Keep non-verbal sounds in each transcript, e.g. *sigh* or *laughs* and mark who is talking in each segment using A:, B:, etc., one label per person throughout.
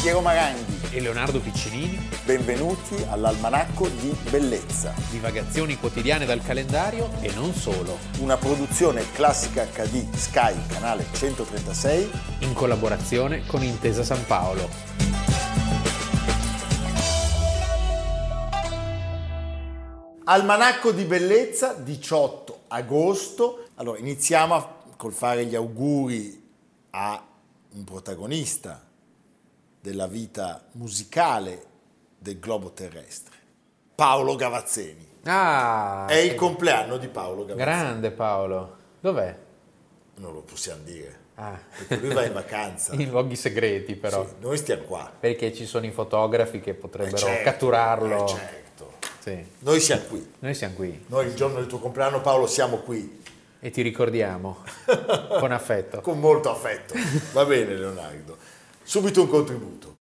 A: Piero Maranghi.
B: e Leonardo Piccinini,
A: Benvenuti all'Almanacco di Bellezza,
B: divagazioni quotidiane dal calendario e non solo,
A: una produzione classica HD Sky, canale 136.
B: in collaborazione con Intesa San Paolo.
A: Almanacco di Bellezza, 18 agosto. Allora, iniziamo a- col fare gli auguri a un protagonista della vita musicale del globo terrestre, Paolo Gavazzeni.
B: Ah,
A: È il compleanno di Paolo Gavazzeni.
B: grande Paolo. Dov'è?
A: Non lo possiamo dire,
B: Ah, *laughs*
A: perché lui va in vacanza.
B: in luoghi segreti *laughs* però,
A: Sì, noi stiamo qua.
B: perché ci sono i fotografi che
A: Eh,
B: potrebbero
A: certo,
B: catturarlo.
A: eh, certo.
B: Sì.
A: Noi siamo qui.
B: Noi siamo qui
A: Noi il giorno del tuo compleanno, Paolo, siamo qui
B: e
A: *laughs*
B: ti ricordiamo con affetto.
A: con molto affetto. Va bene, Leonardo. Subito un contributo.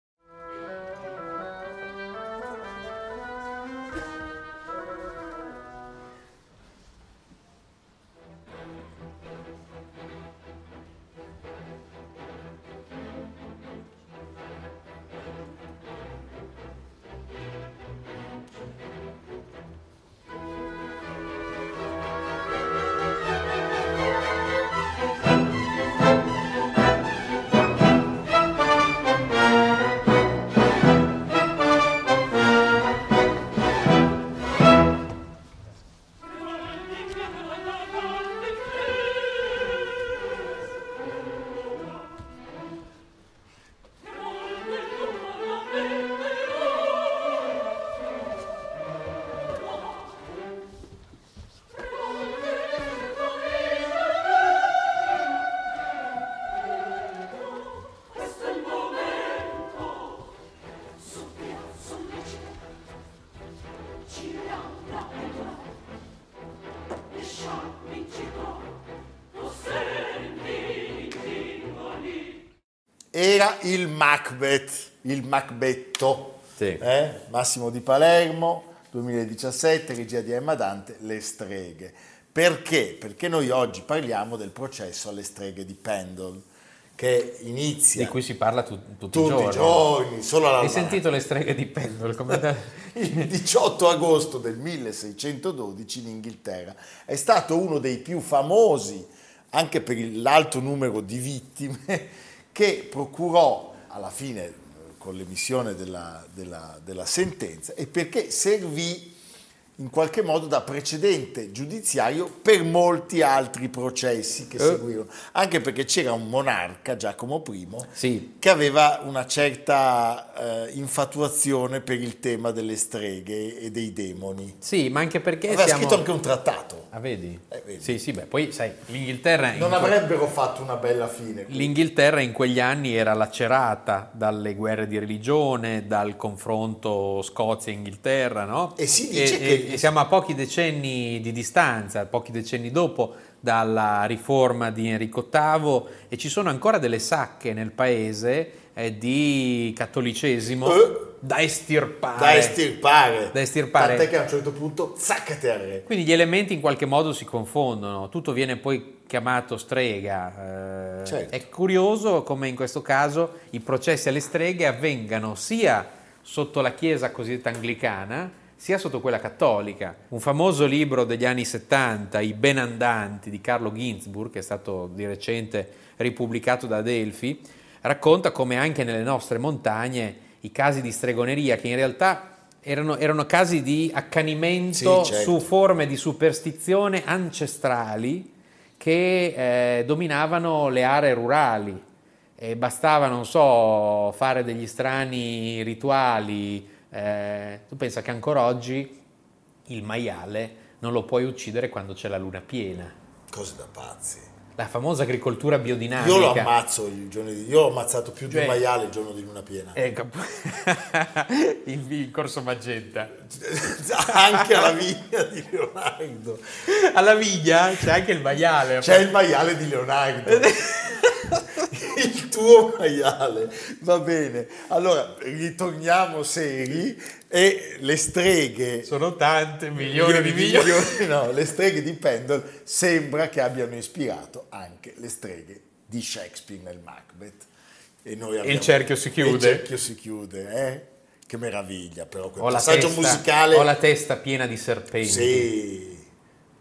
A: Era il Macbeth, il Macbetto.
B: Sì.
A: Eh? Massimo di Palermo, 2017, regia di Emma Dante, Le streghe. Perché? Perché noi oggi parliamo del processo alle streghe di Pendle, che inizia
B: Di cui si parla tu- tutti,
A: tutti i giorni, solo alla
B: Hai sentito le streghe di
A: *laughs*
B: pendolo? Come...
A: Il 18 agosto del 1612 in Inghilterra è stato uno dei più famosi, anche per il- l'alto numero di vittime, *laughs* che procurò alla fine eh, con l'emissione della, della- della sentenza e perché servì in qualche modo da precedente giudiziario per molti altri processi che seguirono, anche perché c'era un monarca, Giacomo I,
B: Sì,
A: che aveva una certa eh, infatuazione per il tema delle streghe e dei demoni.
B: Sì, ma anche perché
A: Aveva
B: siamo...
A: scritto anche un trattato.
B: Ah, vedi?
A: Eh, vedi.
B: Sì, sì, beh, poi sai, l'Inghilterra in,
A: Non
B: que-
A: avrebbero fatto una bella fine.
B: l'Inghilterra in quegli anni era lacerata dalle guerre di religione, dal confronto Scozia-Inghilterra, no?
A: E si dice
B: E-
A: che-
B: e- e siamo a pochi decenni di distanza, pochi decenni dopo dalla riforma di Enrico VIII e ci sono ancora delle sacche nel paese eh, di cattolicesimo
A: Eh?
B: da estirpare.
A: Da estirpare.
B: Da Ah, eh. estirpare.
A: Tant'è che a un certo punto zaccate al re.
B: Quindi gli elementi in qualche modo si confondono, tutto viene poi chiamato strega. eh,
A: Certo.
B: È curioso come in questo caso i processi alle streghe avvengano sia sotto la chiesa cosiddetta anglicana, sia sotto quella cattolica. Un famoso libro degli anni 70, I Benandanti di Carlo Ginzburg, che è stato di recente ripubblicato da Delphi, racconta come anche nelle nostre montagne i casi di stregoneria, che in realtà erano, erano casi di accanimento
A: Sì, certo.
B: su forme di superstizione ancestrali che eh, dominavano le aree rurali. E bastava, non so, fare degli strani rituali. eh, tu pensa che ancora oggi il maiale non lo puoi uccidere quando c'è la luna piena.
A: Cose da pazzi.
B: La famosa agricoltura biodinamica.
A: Io lo ammazzo il giorno di... Io ho ammazzato più di
B: Ah, Cioè-
A: un maiale il giorno di luna piena. *laughs*
B: Ecco, *laughs* il, il corso magenta.
A: anche alla vigna di Leonardo.
B: Alla vigna c'è anche il maiale.
A: C'è il maiale di Leonardo. *laughs* Il tuo maiale, va bene. Allora, ritorniamo seri e le streghe...
B: Sono tante, milioni, di milioni.
A: milioni- No, le streghe di Pendle sembra che abbiano ispirato anche le streghe di Shakespeare nel Macbeth, E noi abbiamo-
B: il cerchio si
A: E il
B: chiude.
A: cerchio si chiude, eh? Che meraviglia, però quel
B: Ho la,
A: passaggio
B: testa,
A: musicale.
B: ho la testa piena di serpenti.
A: Sì.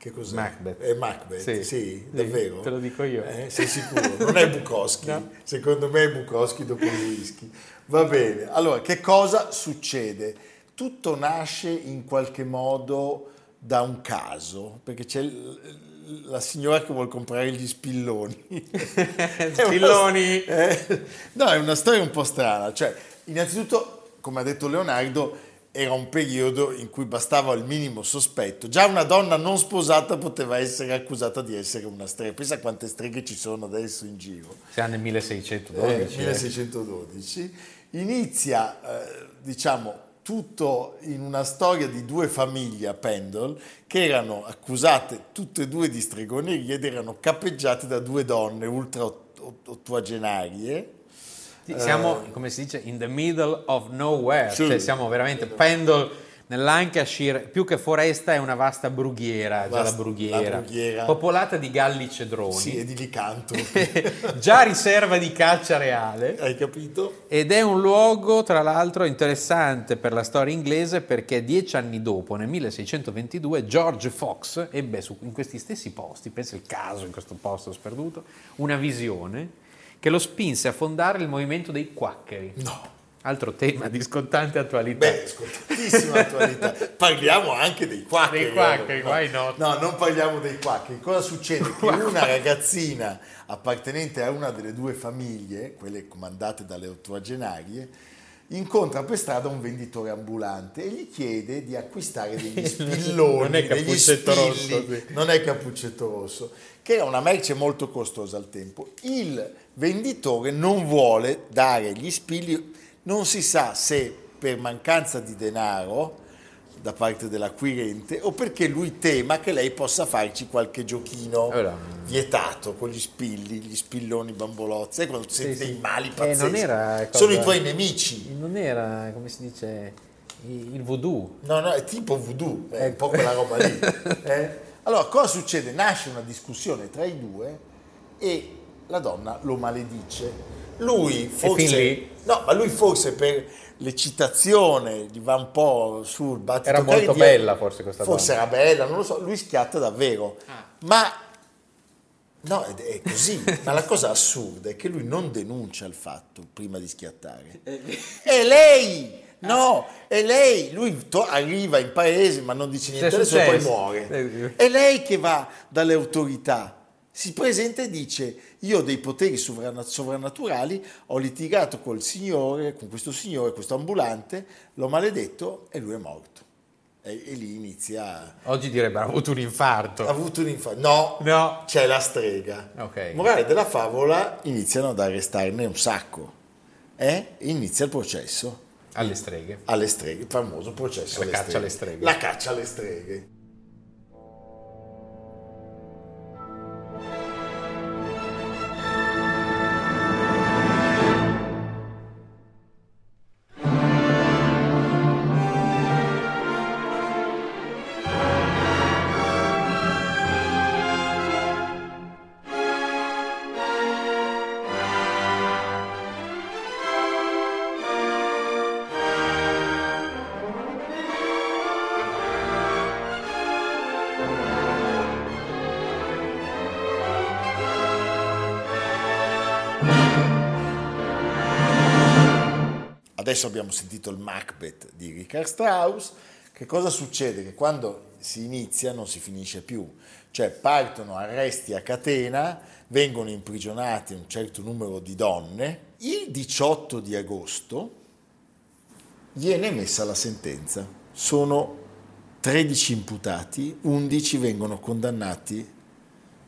A: Che cos'è?
B: Macbeth.
A: È Macbeth,
B: Sì.
A: sì,
B: Sì,
A: davvero.
B: te lo dico io.
A: Eh, sei sicuro? Non è
B: *laughs*
A: Bukowski. Secondo me è Bukowski dopo il whisky. Va bene. Allora, che cosa succede? Tutto nasce in qualche modo da un caso, perché c'è l- la signora che vuole comprare gli
B: *laughs*
A: spilloni. *laughs*
B: Spilloni.
A: Eh, no, è una storia un po' strana. Cioè, innanzitutto, come ha detto Leonardo, era un periodo in cui bastava il minimo sospetto. Già una donna non sposata poteva essere accusata di essere una strega. Pensa quante streghe ci sono adesso in giro.
B: Siamo nel 1612.
A: Eh, 1612. Inizia, eh, diciamo, tutto in una storia di due famiglie a Pendle che erano accusate tutte e due di stregonerie ed erano capeggiate da due donne ultra ott- ott- ottuagenarie.
B: Sì, Siamo, come si dice, in the middle of nowhere,
A: eh. Sì.
B: cioè siamo veramente pendol nell'Lancashire, più che foresta è una vasta brughiera, già la
A: Vasta-
B: brughiera,
A: la brughiera.
B: popolata di galli cedroni,
A: Sì, e di licanto.
B: *laughs* già riserva di caccia reale.
A: Hai capito?
B: Ed è un luogo, tra l'altro, interessante per la storia inglese perché dieci anni dopo, nel 1622, George Fox ebbe su- in questi stessi posti, pensa il caso in questo posto sperduto, una visione che lo spinse a fondare il movimento dei quaccheri.
A: No.
B: Altro tema di scottante attualità.
A: Beh, scontatissima
B: *laughs*
A: attualità. Parliamo anche dei quaccheri.
B: Dei quaccheri,
A: allora.
B: why not?
A: No, non parliamo dei quaccheri. Cosa
B: *laughs*
A: succede? Che una ragazzina appartenente a una delle due famiglie, quelle comandate dalle ottuagenarie, incontra per strada un venditore ambulante e gli chiede di acquistare degli spilloni,
B: *laughs* Non è
A: degli
B: Cappuccetto
A: spilli.
B: Rosso, sì.
A: non è cappuccetto rosso, che era una merce molto costosa al tempo. Il venditore non vuole dare gli spilli, non si sa se per mancanza di denaro da parte dell'acquirente o perché lui tema che lei possa farci qualche giochino
B: Allora.
A: vietato con gli spilli, gli spilloni, bambolozze, sai quando senti
B: sì.
A: dei mali
B: Eh,
A: pazzeschi.
B: non era cosa-
A: Sono i tuoi nemici.
B: Non era, come si dice, i- il voodoo.
A: No, no, è tipo voodoo, è
B: Ecco.
A: un po' quella roba
B: *laughs*
A: lì. eh. Allora, cosa succede? Nasce una discussione tra i due e la donna lo maledice. Lui forse...
B: fin lì?
A: No, ma lui forse per l'eccitazione gli va un po' sul battito
B: Era molto
A: cardiaco.
B: bella forse questa
A: Forse era bella, non lo so, lui schiatta davvero. Ma... No, ed è così. ma la cosa assurda è che lui non denuncia il fatto prima di schiattare. È lei! No, è lei! Lui to- arriva in paese ma non dice niente,
B: Cioè,
A: adesso poi
B: successo.
A: muore.
B: Eh.
A: È lei che va dalle autorità, si presenta e dice io ho dei poteri sovrana- sovrannaturali, ho litigato col signore, con questo signore, questo ambulante, l'ho maledetto e lui è morto. E, e lì inizia...
B: Oggi direbbero ha avuto un
A: Ha
B: infarto.
A: avuto un infarto. No,
B: No.
A: c'è la strega.
B: Ok.
A: Morale della favola, iniziano ad arrestarne un sacco. Eh? E inizia il processo
B: Alle streghe.
A: alle streghe, il famoso processo
B: La caccia alle streghe.
A: La caccia alle streghe. Adesso abbiamo sentito il Macbeth di Richard Strauss. Che cosa succede? Che quando si inizia non si finisce più. Cioè partono arresti a catena, vengono imprigionati un certo numero di donne. Il 18 di agosto viene emessa la sentenza. Sono 13 imputati, 11 vengono condannati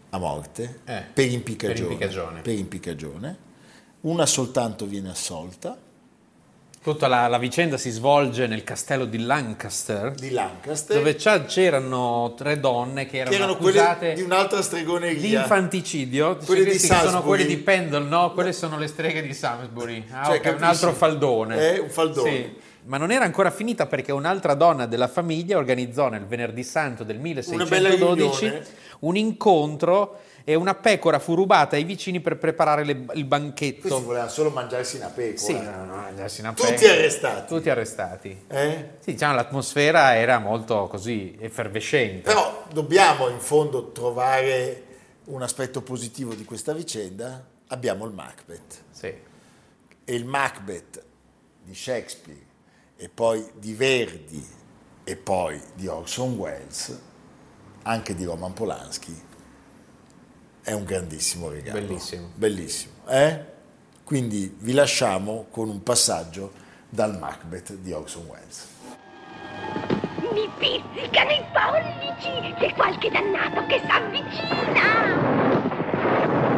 A: a morte
B: Eh,
A: per impiccagione.
B: per impiccagione.
A: per impiccagione. Una soltanto viene assolta.
B: Tutta la, la vicenda si svolge nel castello di Lancaster,
A: di Lancaster
B: dove già c'erano tre donne che erano,
A: che erano
B: accusate
A: quelle di un'altra
B: di
A: stregoneria
B: infanticidio. Dice,
A: Quelle di
B: questi sono
A: Salisbury.
B: quelle di Pendle, no? Quelle sono le streghe di Salisbury. Ah,
A: Cioè,
B: ok, un
A: capisci?
B: altro faldone.
A: Eh, un faldone.
B: Sì. Ma non era ancora finita perché un'altra donna della famiglia organizzò nel venerdì santo del 1612 un incontro e una pecora fu rubata ai vicini per preparare le- il
A: Questi
B: banchetto.
A: volevano solo mangiarsi una pecora.
B: Sì, no, no, mangiarsi una
A: Tutti
B: pecora.
A: arrestati.
B: Tutti arrestati.
A: Eh?
B: Sì, diciamo l'atmosfera era molto così effervescente.
A: Però dobbiamo in fondo trovare un aspetto positivo di questa vicenda. Abbiamo il Macbeth.
B: Sì.
A: e il Macbeth di Shakespeare e poi di Verdi e poi di Orson Welles, anche di Roman Polanski, è un grandissimo regalo.
B: Bellissimo.
A: Bellissimo, eh? Quindi vi lasciamo con un passaggio dal Macbeth di Orson Welles.
C: Mi pizzicano i pollici! C'è qualche dannato che s'avvicina!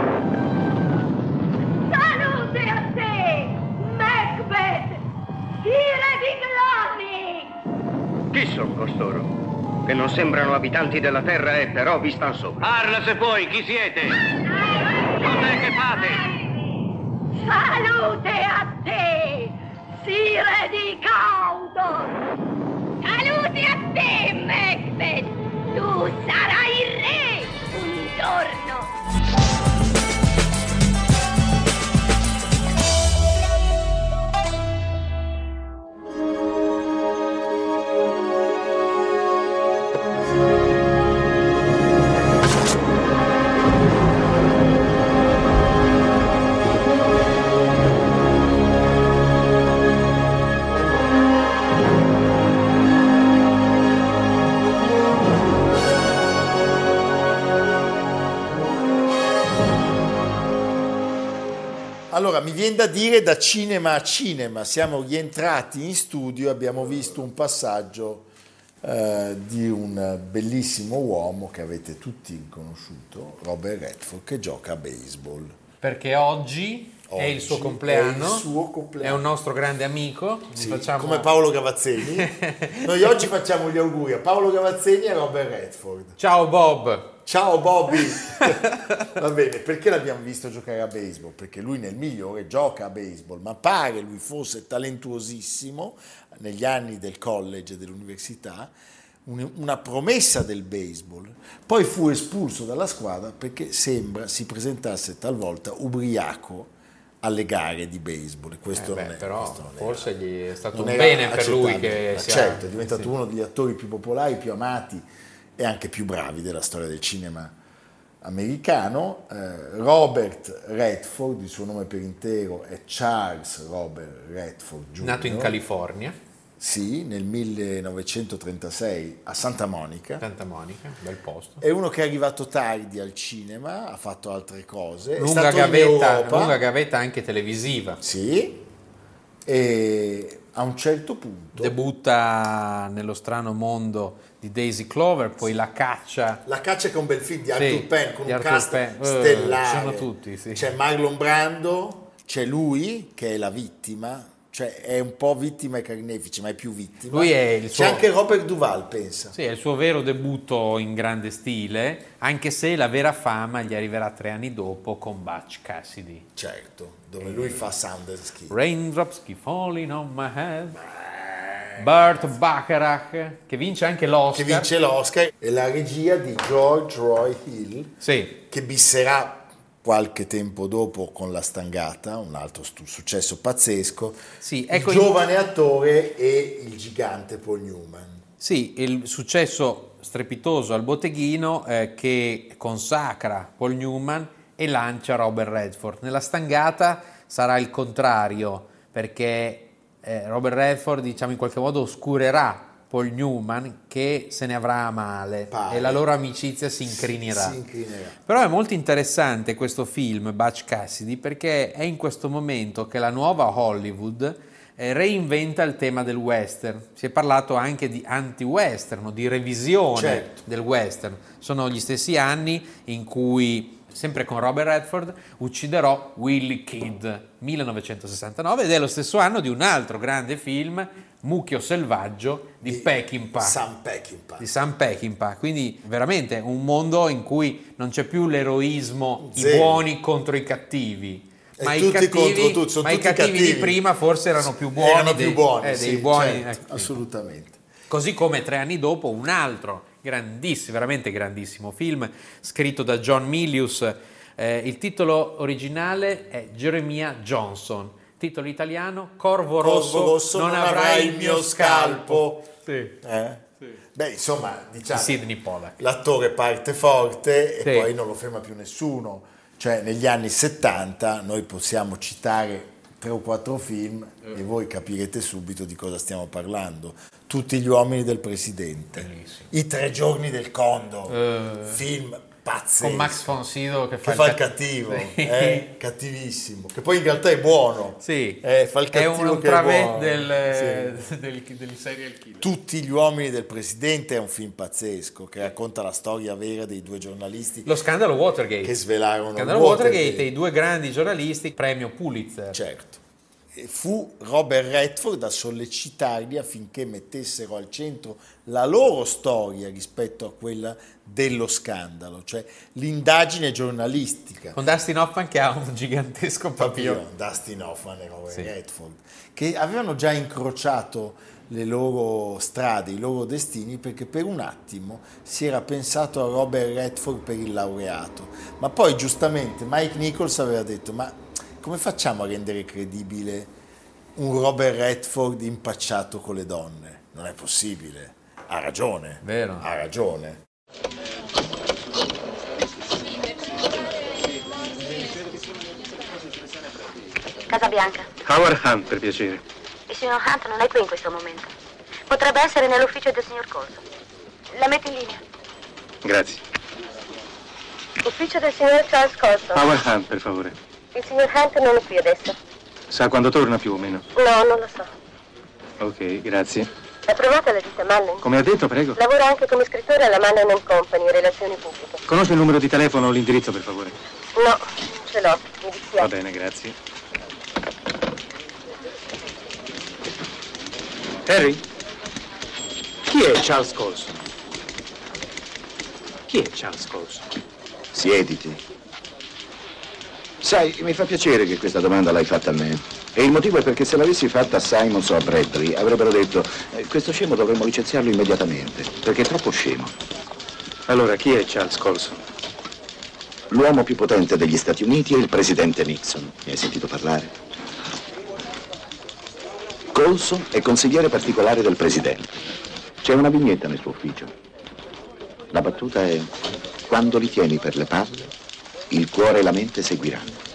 C: Salute a te, Macbeth! Tira di
D: Chi sono costoro? Che non sembrano abitanti della terra e però vi stan sopra. Parla se puoi, chi siete?
C: gloni!
D: Cos'è che fate?
C: Salute a te, Sire di Caudo! Salute a te, Macbeth! Tu sarai re un giorno!
A: Allora, mi viene da dire da cinema a cinema, siamo rientrati in studio e abbiamo visto un passaggio eh, di un bellissimo uomo che avete tutti conosciuto, Robert Redford, che gioca a baseball.
B: Perché oggi, è il suo
A: Oggi
B: compleanno.
A: è il suo compleanno.
B: È un nostro grande amico. Gli
A: Sì,
B: facciamo-
A: Come Paolo Gavazzeni. Noi oggi facciamo gli auguri a Paolo Gavazzeni e a Robert Redford.
B: Ciao Bob.
A: Ciao
B: *laughs*
A: Bobby! Va bene, perché l'abbiamo visto giocare a baseball? Perché lui nel migliore gioca a baseball, ma pare lui fosse talentuosissimo negli anni del college e dell'università, un- una promessa del baseball. Poi fu espulso dalla squadra perché sembra si presentasse talvolta ubriaco alle gare di baseball. E Questo
B: Eh beh,
A: non è
B: però
A: questo non è-
B: forse gli è stato
A: non
B: un
A: era
B: bene per lui
A: accettabile.
B: che
A: Ma
B: sia...
A: certo, è diventato uno degli attori più popolari, più amati e anche più bravi della storia del cinema americano. Eh, Robert Redford, il suo nome per intero è Charles Robert Redford Jr.
B: Nato in California,
A: Sì, nel 1936 a Santa Monica.
B: Santa Monica, bel posto.
A: È uno che è arrivato tardi al cinema, ha fatto altre cose. è
B: Lunga
A: stato in
B: gavetta,
A: Europa. Certo.
B: lunga gavetta anche televisiva.
A: Sì. E a un certo punto
B: Debutta nello strano mondo di Daisy Clover, poi La caccia
A: La caccia che è un bel film di
B: Sì,
A: Arthur Penn con
B: di
A: un
B: Arthur
A: cast
B: Penn. Eh,
A: stellare.
B: ci sono tutti, sì.
A: C'è Marlon Brando, c'è lui che è la vittima, cioè è un po' vittima ai carnefici, ma è più vittima.
B: Lui è il suo-
A: C'è anche Robert Duval, pensa.
B: Sì, è il suo vero debutto in grande stile, anche se la vera fama gli arriverà tre anni dopo con Butch Cassidy.
A: Certo, dove
B: Eh.
A: lui fa Sundance Kid.
B: Raindrops keep falling on my head. Burt Bacharach, che vince anche l'Oscar.
A: Che vince l'Oscar e la regia di George Roy Hill,
B: Sì,
A: che bisserà qualche tempo dopo con La Stangata, un altro stu- successo pazzesco,
B: Sì, ecco
A: il
B: il-
A: giovane attore e il gigante Paul Newman.
B: sì, il successo strepitoso al botteghino eh, che consacra Paul Newman e lancia Robert Redford. Nella stangata sarà il contrario, perché eh, Robert Redford, diciamo, in qualche modo oscurerà Paul Newman che se ne avrà a male
A: Pare.
B: e la loro amicizia si incrinerà.
A: Si incrinerà.
B: Però è molto interessante questo film, Butch Cassidy, perché è in questo momento che la nuova Hollywood eh, reinventa il tema del western. Si è parlato anche di anti-western, o di revisione
A: Certo.
B: del western. Sono gli stessi anni in cui, sempre con Robert Redford, ucciderò Willie Kid, 1969, ed è lo stesso anno di un altro grande film, Mucchio Selvaggio, di, Peckinpah
A: Sam Peckinpah.
B: di Sam Peckinpah, quindi veramente un mondo in cui non c'è più l'eroismo,
A: Zero.
B: i buoni contro i cattivi,
A: E
B: ma i
A: tutti
B: cattivi,
A: contro tutti, sono
B: ma i
A: tutti
B: cattivi di
A: cattivi.
B: prima forse erano più buoni,
A: erano
B: dei,
A: più buoni,
B: eh, dei
A: sì,
B: buoni,
A: certo,
B: ecco, sì.
A: assolutamente.
B: Così come tre anni dopo un altro grandissimo, veramente grandissimo film scritto da John Milius. Eh, il titolo originale è Jeremiah Johnson. Titolo italiano Corvo,
A: Corvo
B: rosso,
A: rosso
B: non, avrai, il mio scalpo. Sì.
A: Eh? Beh, insomma, diciamo,
B: Sidney Pollack.
A: l'attore parte forte e
B: Sì.
A: poi non lo ferma più nessuno. Cioè, negli anni 70 noi possiamo citare tre o quattro film e voi capirete subito di cosa stiamo parlando. Tutti gli uomini del presidente.
B: Bellissimo.
A: I tre giorni del condo.
B: Eh.
A: Film pazzesco.
B: Con Max Fonsido che fa,
A: che fa il
B: cat-
A: cattivo,
B: *laughs* Sì.
A: eh, cattivissimo, che poi in realtà è buono.
B: Sì.
A: Eh, fa il
B: è
A: cattivo
B: un, un
A: che è buono.
B: travet del, *laughs* del- del serial killer.
A: Tutti gli uomini del presidente è un film pazzesco che racconta la storia vera dei due giornalisti
B: Lo scandalo Watergate.
A: che svelarono il
B: Scandalo Watergate, i due grandi giornalisti, premio Pulitzer.
A: Certo. E Fu Robert Redford a sollecitarli affinché mettessero al centro la loro storia rispetto a quella dello scandalo, cioè l'indagine giornalistica.
B: Con Dustin Hoffman che ha un gigantesco papillon.
A: Papillon, Dustin Hoffman e Robert
B: Sì.
A: Redford, che avevano già incrociato le loro strade, i loro destini, perché per un attimo si era pensato a Robert Redford per il laureato, ma poi giustamente Mike Nichols aveva detto, ma come facciamo a rendere credibile un Robert Redford impacciato con le donne? Non è possibile, ha ragione,
B: Vero.
A: ha ragione.
E: Casa Bianca.
D: Howard Hunt, per piacere.
E: Il signor Hunt non è qui in questo momento. Potrebbe essere nell'ufficio del signor Corso. La metto in linea.
D: Grazie.
E: Ufficio del signor Charles Corso.
D: Howard Hunt, per favore.
E: Il signor Hunt non è qui adesso.
D: Sa quando torna più o meno?
E: No, non lo so.
D: Ok, grazie.
E: È provata la ditta Mullen.
D: Come ha detto, prego.
E: Lavora anche come scrittore alla Mullen Company, relazioni pubbliche.
D: Conosce il numero di telefono o l'indirizzo, per favore?
E: No, non ce l'ho.
D: Va
E: Mi dispiace.
D: bene, grazie. Harry? Chi è Charles Colson? Chi è Charles Colson?
F: Siediti. Sai, mi fa piacere che questa domanda l'hai fatta a me. E il motivo è perché se l'avessi fatta a Simons o a Bradbury avrebbero detto "Eh, questo scemo dovremmo licenziarlo immediatamente, perché è troppo scemo.
D: Allora, chi è Charles Colson?
F: L'uomo più potente degli Stati Uniti è il presidente Nixon. Ne hai sentito parlare? Colson è consigliere particolare del presidente. C'è una vignetta nel suo ufficio. La battuta è quando li tieni per le palle, il cuore e la mente seguiranno.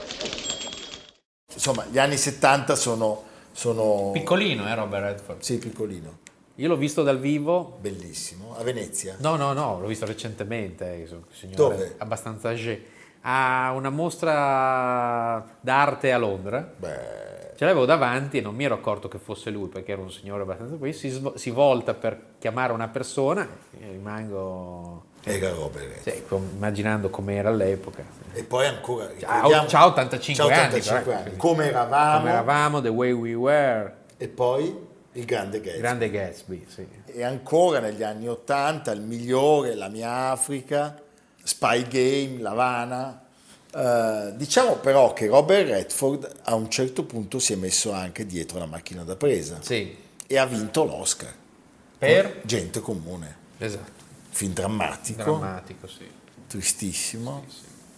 A: Insomma, gli anni 70 sono... sono...
B: Piccolino, eh, Robert Redford.
A: Sì, piccolino,
B: Io l'ho visto dal vivo.
A: bellissimo, a Venezia.
B: No, no, no, l'ho visto recentemente, eh, so- signore,
A: Dove?
B: abbastanza âgé. A una mostra d'arte a Londra.
A: Beh,
B: Ce l'avevo davanti e non mi ero accorto che fosse lui perché era un signore abbastanza poi si, svo- si volta per chiamare una persona e rimango
A: Era Robert. Redford.
B: cioè, com- immaginando com'era all'epoca.
A: E poi ancora...
B: Ciao,
A: ricordiamo-
B: ciao 85
A: ciao,
B: anni,
A: 85
B: però,
A: anni.
B: quindi-
A: Come eravamo,
B: Come eravamo, The Way We Were,
A: E poi il grande Gatsby.
B: Grande Gatsby, sì.
A: E ancora negli anni 80 il migliore, la mia Africa, Spy Game, L'Havana. Eh, diciamo però che Robert Redford a un certo punto si è messo anche dietro la macchina da presa
B: Sì,
A: e ha vinto l'Oscar.
B: per?
A: Gente comune,
B: Esatto,
A: film drammatico,
B: drammatico, sì.
A: tristissimo,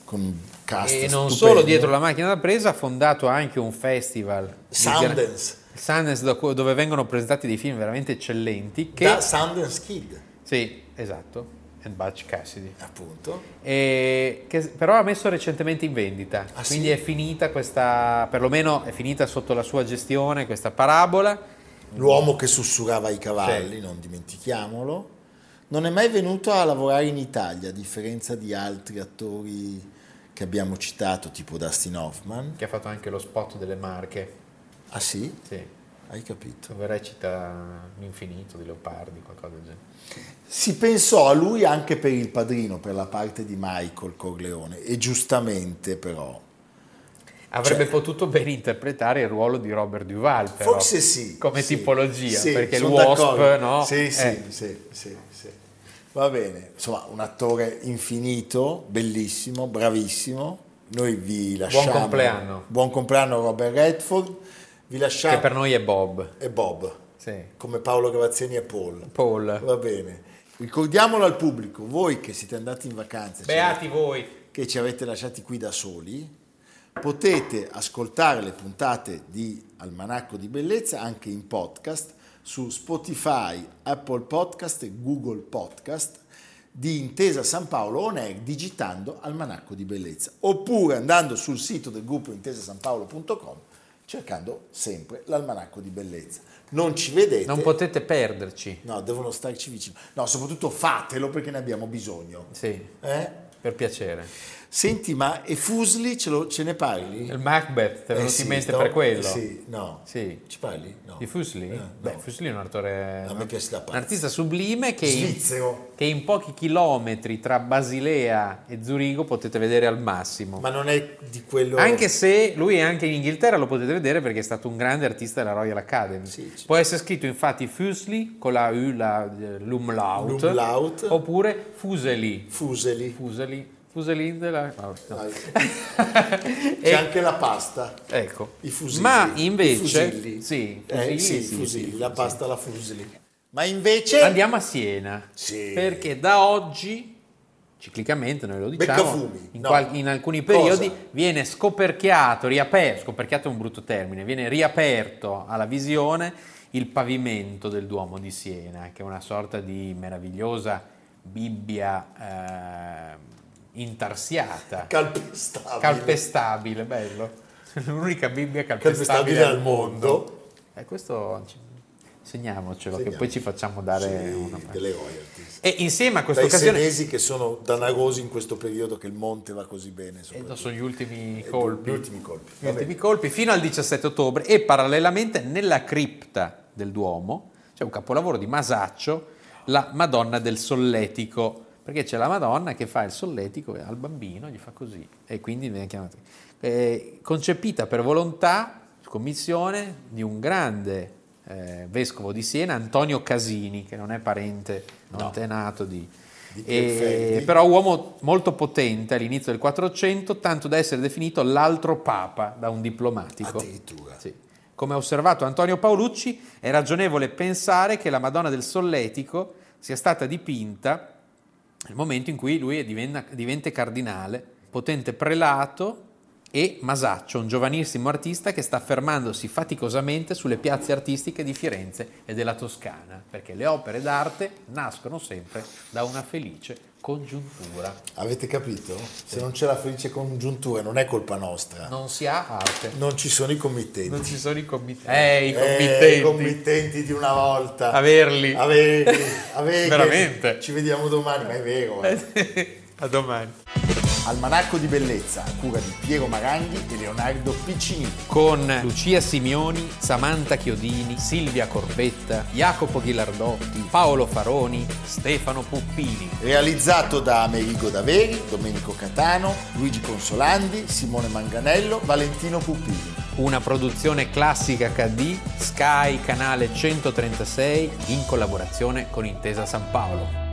A: con un cast
B: E non
A: stupendo.
B: solo dietro la macchina da presa, ha fondato anche un festival. di gran-
A: Sundance,
B: il Sundance da cui- dove vengono presentati dei film veramente eccellenti. Che,
A: da Sundance Kid,
B: Sì, esatto, and Butch Cassidy.
A: appunto.
B: E che s- però ha messo recentemente in vendita,
A: Ah,
B: quindi
A: sì?
B: è finita questa, perlomeno è finita sotto la sua gestione questa parabola.
A: L'uomo che sussurrava i cavalli,
B: Sì.
A: non dimentichiamolo, non è mai venuto a lavorare in Italia, a differenza di altri attori che abbiamo citato, tipo Dustin Hoffman.
B: che ha fatto anche lo spot delle marche.
A: Ah sì?
B: Sì,
A: Hai capito.
B: dove recita l'infinito di Leopardi, qualcosa del genere.
A: Si pensò a lui anche per il padrino, per la parte di Michael Corleone, e giustamente però.
B: Avrebbe
A: Cioè-
B: potuto ben interpretare il ruolo di Robert Duval, però,
A: Forse sì.
B: come
A: sì,
B: tipologia,
A: sì,
B: perché il
A: sono
B: Wasp,
A: d'accordo.
B: no?
A: Sì, sì,
B: Eh.
A: sì, sì, sì. Va bene, insomma, un attore infinito, bellissimo, bravissimo. Noi vi lasciamo.
B: compleanno.
A: Buon compleanno Robert Redford. Vi lasciamo.
B: che per noi è Bob.
A: E Bob,
B: Sì.
A: come Paolo Cavazzini e Paul.
B: Paul.
A: Va bene. Ricordiamolo al pubblico, voi che siete andati in vacanza, e ci
B: Beati voi.
A: che ci avete lasciati qui da soli, potete ascoltare le puntate di Almanacco di Bellezza anche in podcast su Spotify, Apple Podcast e Google Podcast di Intesa San Paolo On Air digitando Almanacco di Bellezza oppure andando sul sito del gruppo intesasanpaolo.com cercando sempre l'Almanacco di Bellezza. Non ci vedete.
B: Non potete perderci.
A: No, devono starci vicino. No, soprattutto fatelo perché ne abbiamo bisogno.
B: Sì,
A: Eh?
B: per piacere.
A: Senti, ma e Fusli ce, lo- ce ne parli?
B: Il Macbeth, te lo
A: Eh
B: venuto
A: sì,
B: in mente
A: sto-
B: per quello.
A: Sì, no.
B: Sì.
A: Ci parli? No.
B: Di Fusli?
A: Eh, no.
B: Beh, Fusli è un attore.
A: A me piace da pazzi.
B: Un artista sublime che in,
A: Svizzero,
B: che in pochi chilometri tra Basilea e Zurigo potete vedere al massimo.
A: ma non è di quello...
B: Anche se lui è anche in Inghilterra, lo potete vedere perché è stato un grande artista della Royal Academy.
A: Sì, sì.
B: Può essere scritto infatti Fusli con la U, la, eh, l'umlaut,
A: L'umlaut.
B: oppure Fuseli.
A: Fuseli.
B: Fuseli. Fuseli della... no, no.
A: Ah, C'è anche la pasta.
B: Ecco.
A: I fusilli.
B: Ma invece...
A: I fusilli.
B: Sì,
A: Eh,
B: fusilli,
A: sì, i
B: sì,
A: fusilli,
B: sì,
A: la
B: sì.
A: pasta alla fuseli. Ma invece...
B: Andiamo a Siena.
A: Sì.
B: Perché da oggi, ciclicamente noi lo diciamo,
A: Beccafumi,
B: in,
A: no.
B: in alcuni periodi
A: Cosa?
B: viene scoperchiato, riaperto, scoperchiato è un brutto termine, viene riaperto alla visione il pavimento del Duomo di Siena, che è una sorta di meravigliosa Bibbia eh, intarsiata,
A: Calpestabile.
B: calpestabile, bello. L'unica Bibbia calpestabile,
A: Calpestabile al mondo.
B: E questo ci- segniamocelo, che
A: Segniamo.
B: poi ci facciamo dare
A: Sì,
B: una
A: delle royalties.
B: e insieme a questa
A: Dai
B: occasione
A: senesi che sono danagosi in questo periodo che il monte va così bene. soprattutto. Eh,
B: sono gli ultimi colpi.
A: Gli ultimi colpi.
B: Gli
A: Va
B: ultimi
A: bene.
B: colpi fino al 17 ottobre e parallelamente nella cripta del Duomo c'è un capolavoro di Masaccio, la Madonna del Solletico, perché c'è la Madonna che fa il solletico al bambino, gli fa così e quindi viene chiamata. Eh, concepita per volontà, commissione di un grande eh, vescovo di Siena, Antonio Casini, che non è parente, non antenato di...
A: Di
B: e-
A: Pierfetti.
B: però uomo molto potente all'inizio del 400, tanto da essere definito l'altro papa da un diplomatico.
A: Addirittura.
B: Sì. Come ha osservato Antonio Paolucci, è ragionevole pensare che la Madonna del Solletico sia stata dipinta nel momento in cui lui diventa, diventa cardinale, potente prelato e Masaccio, un giovanissimo artista che sta affermandosi faticosamente sulle piazze artistiche di Firenze e della Toscana, perché le opere d'arte nascono sempre da una felice congiuntura.
A: Avete capito? Se non c'è la felice congiuntura non è colpa nostra.
B: Non si ha arte,
A: Non ci sono i committenti.
B: non ci sono i committenti. Eh, i
A: Eh,
B: committenti.
A: i committenti di una volta.
B: Averli.
A: Averli.
B: *laughs*
A: Averli.
B: Veramente.
A: Ci vediamo domani, ma è vero. eh.
B: A domani.
A: Almanacco di bellezza a cura di Piero Maranghi e Leonardo Piccini.
B: Con Lucia Simioni, Samantha Chiodini, Silvia Corbetta, Jacopo Ghilardotti, Paolo Faroni, Stefano Puppini.
A: Realizzato da Amerigo Daveri, Domenico Catano, Luigi Consolandi, Simone Manganello, Valentino Pupini.
B: Una produzione classica HD, Sky Canale 136, in collaborazione con Intesa San Paolo.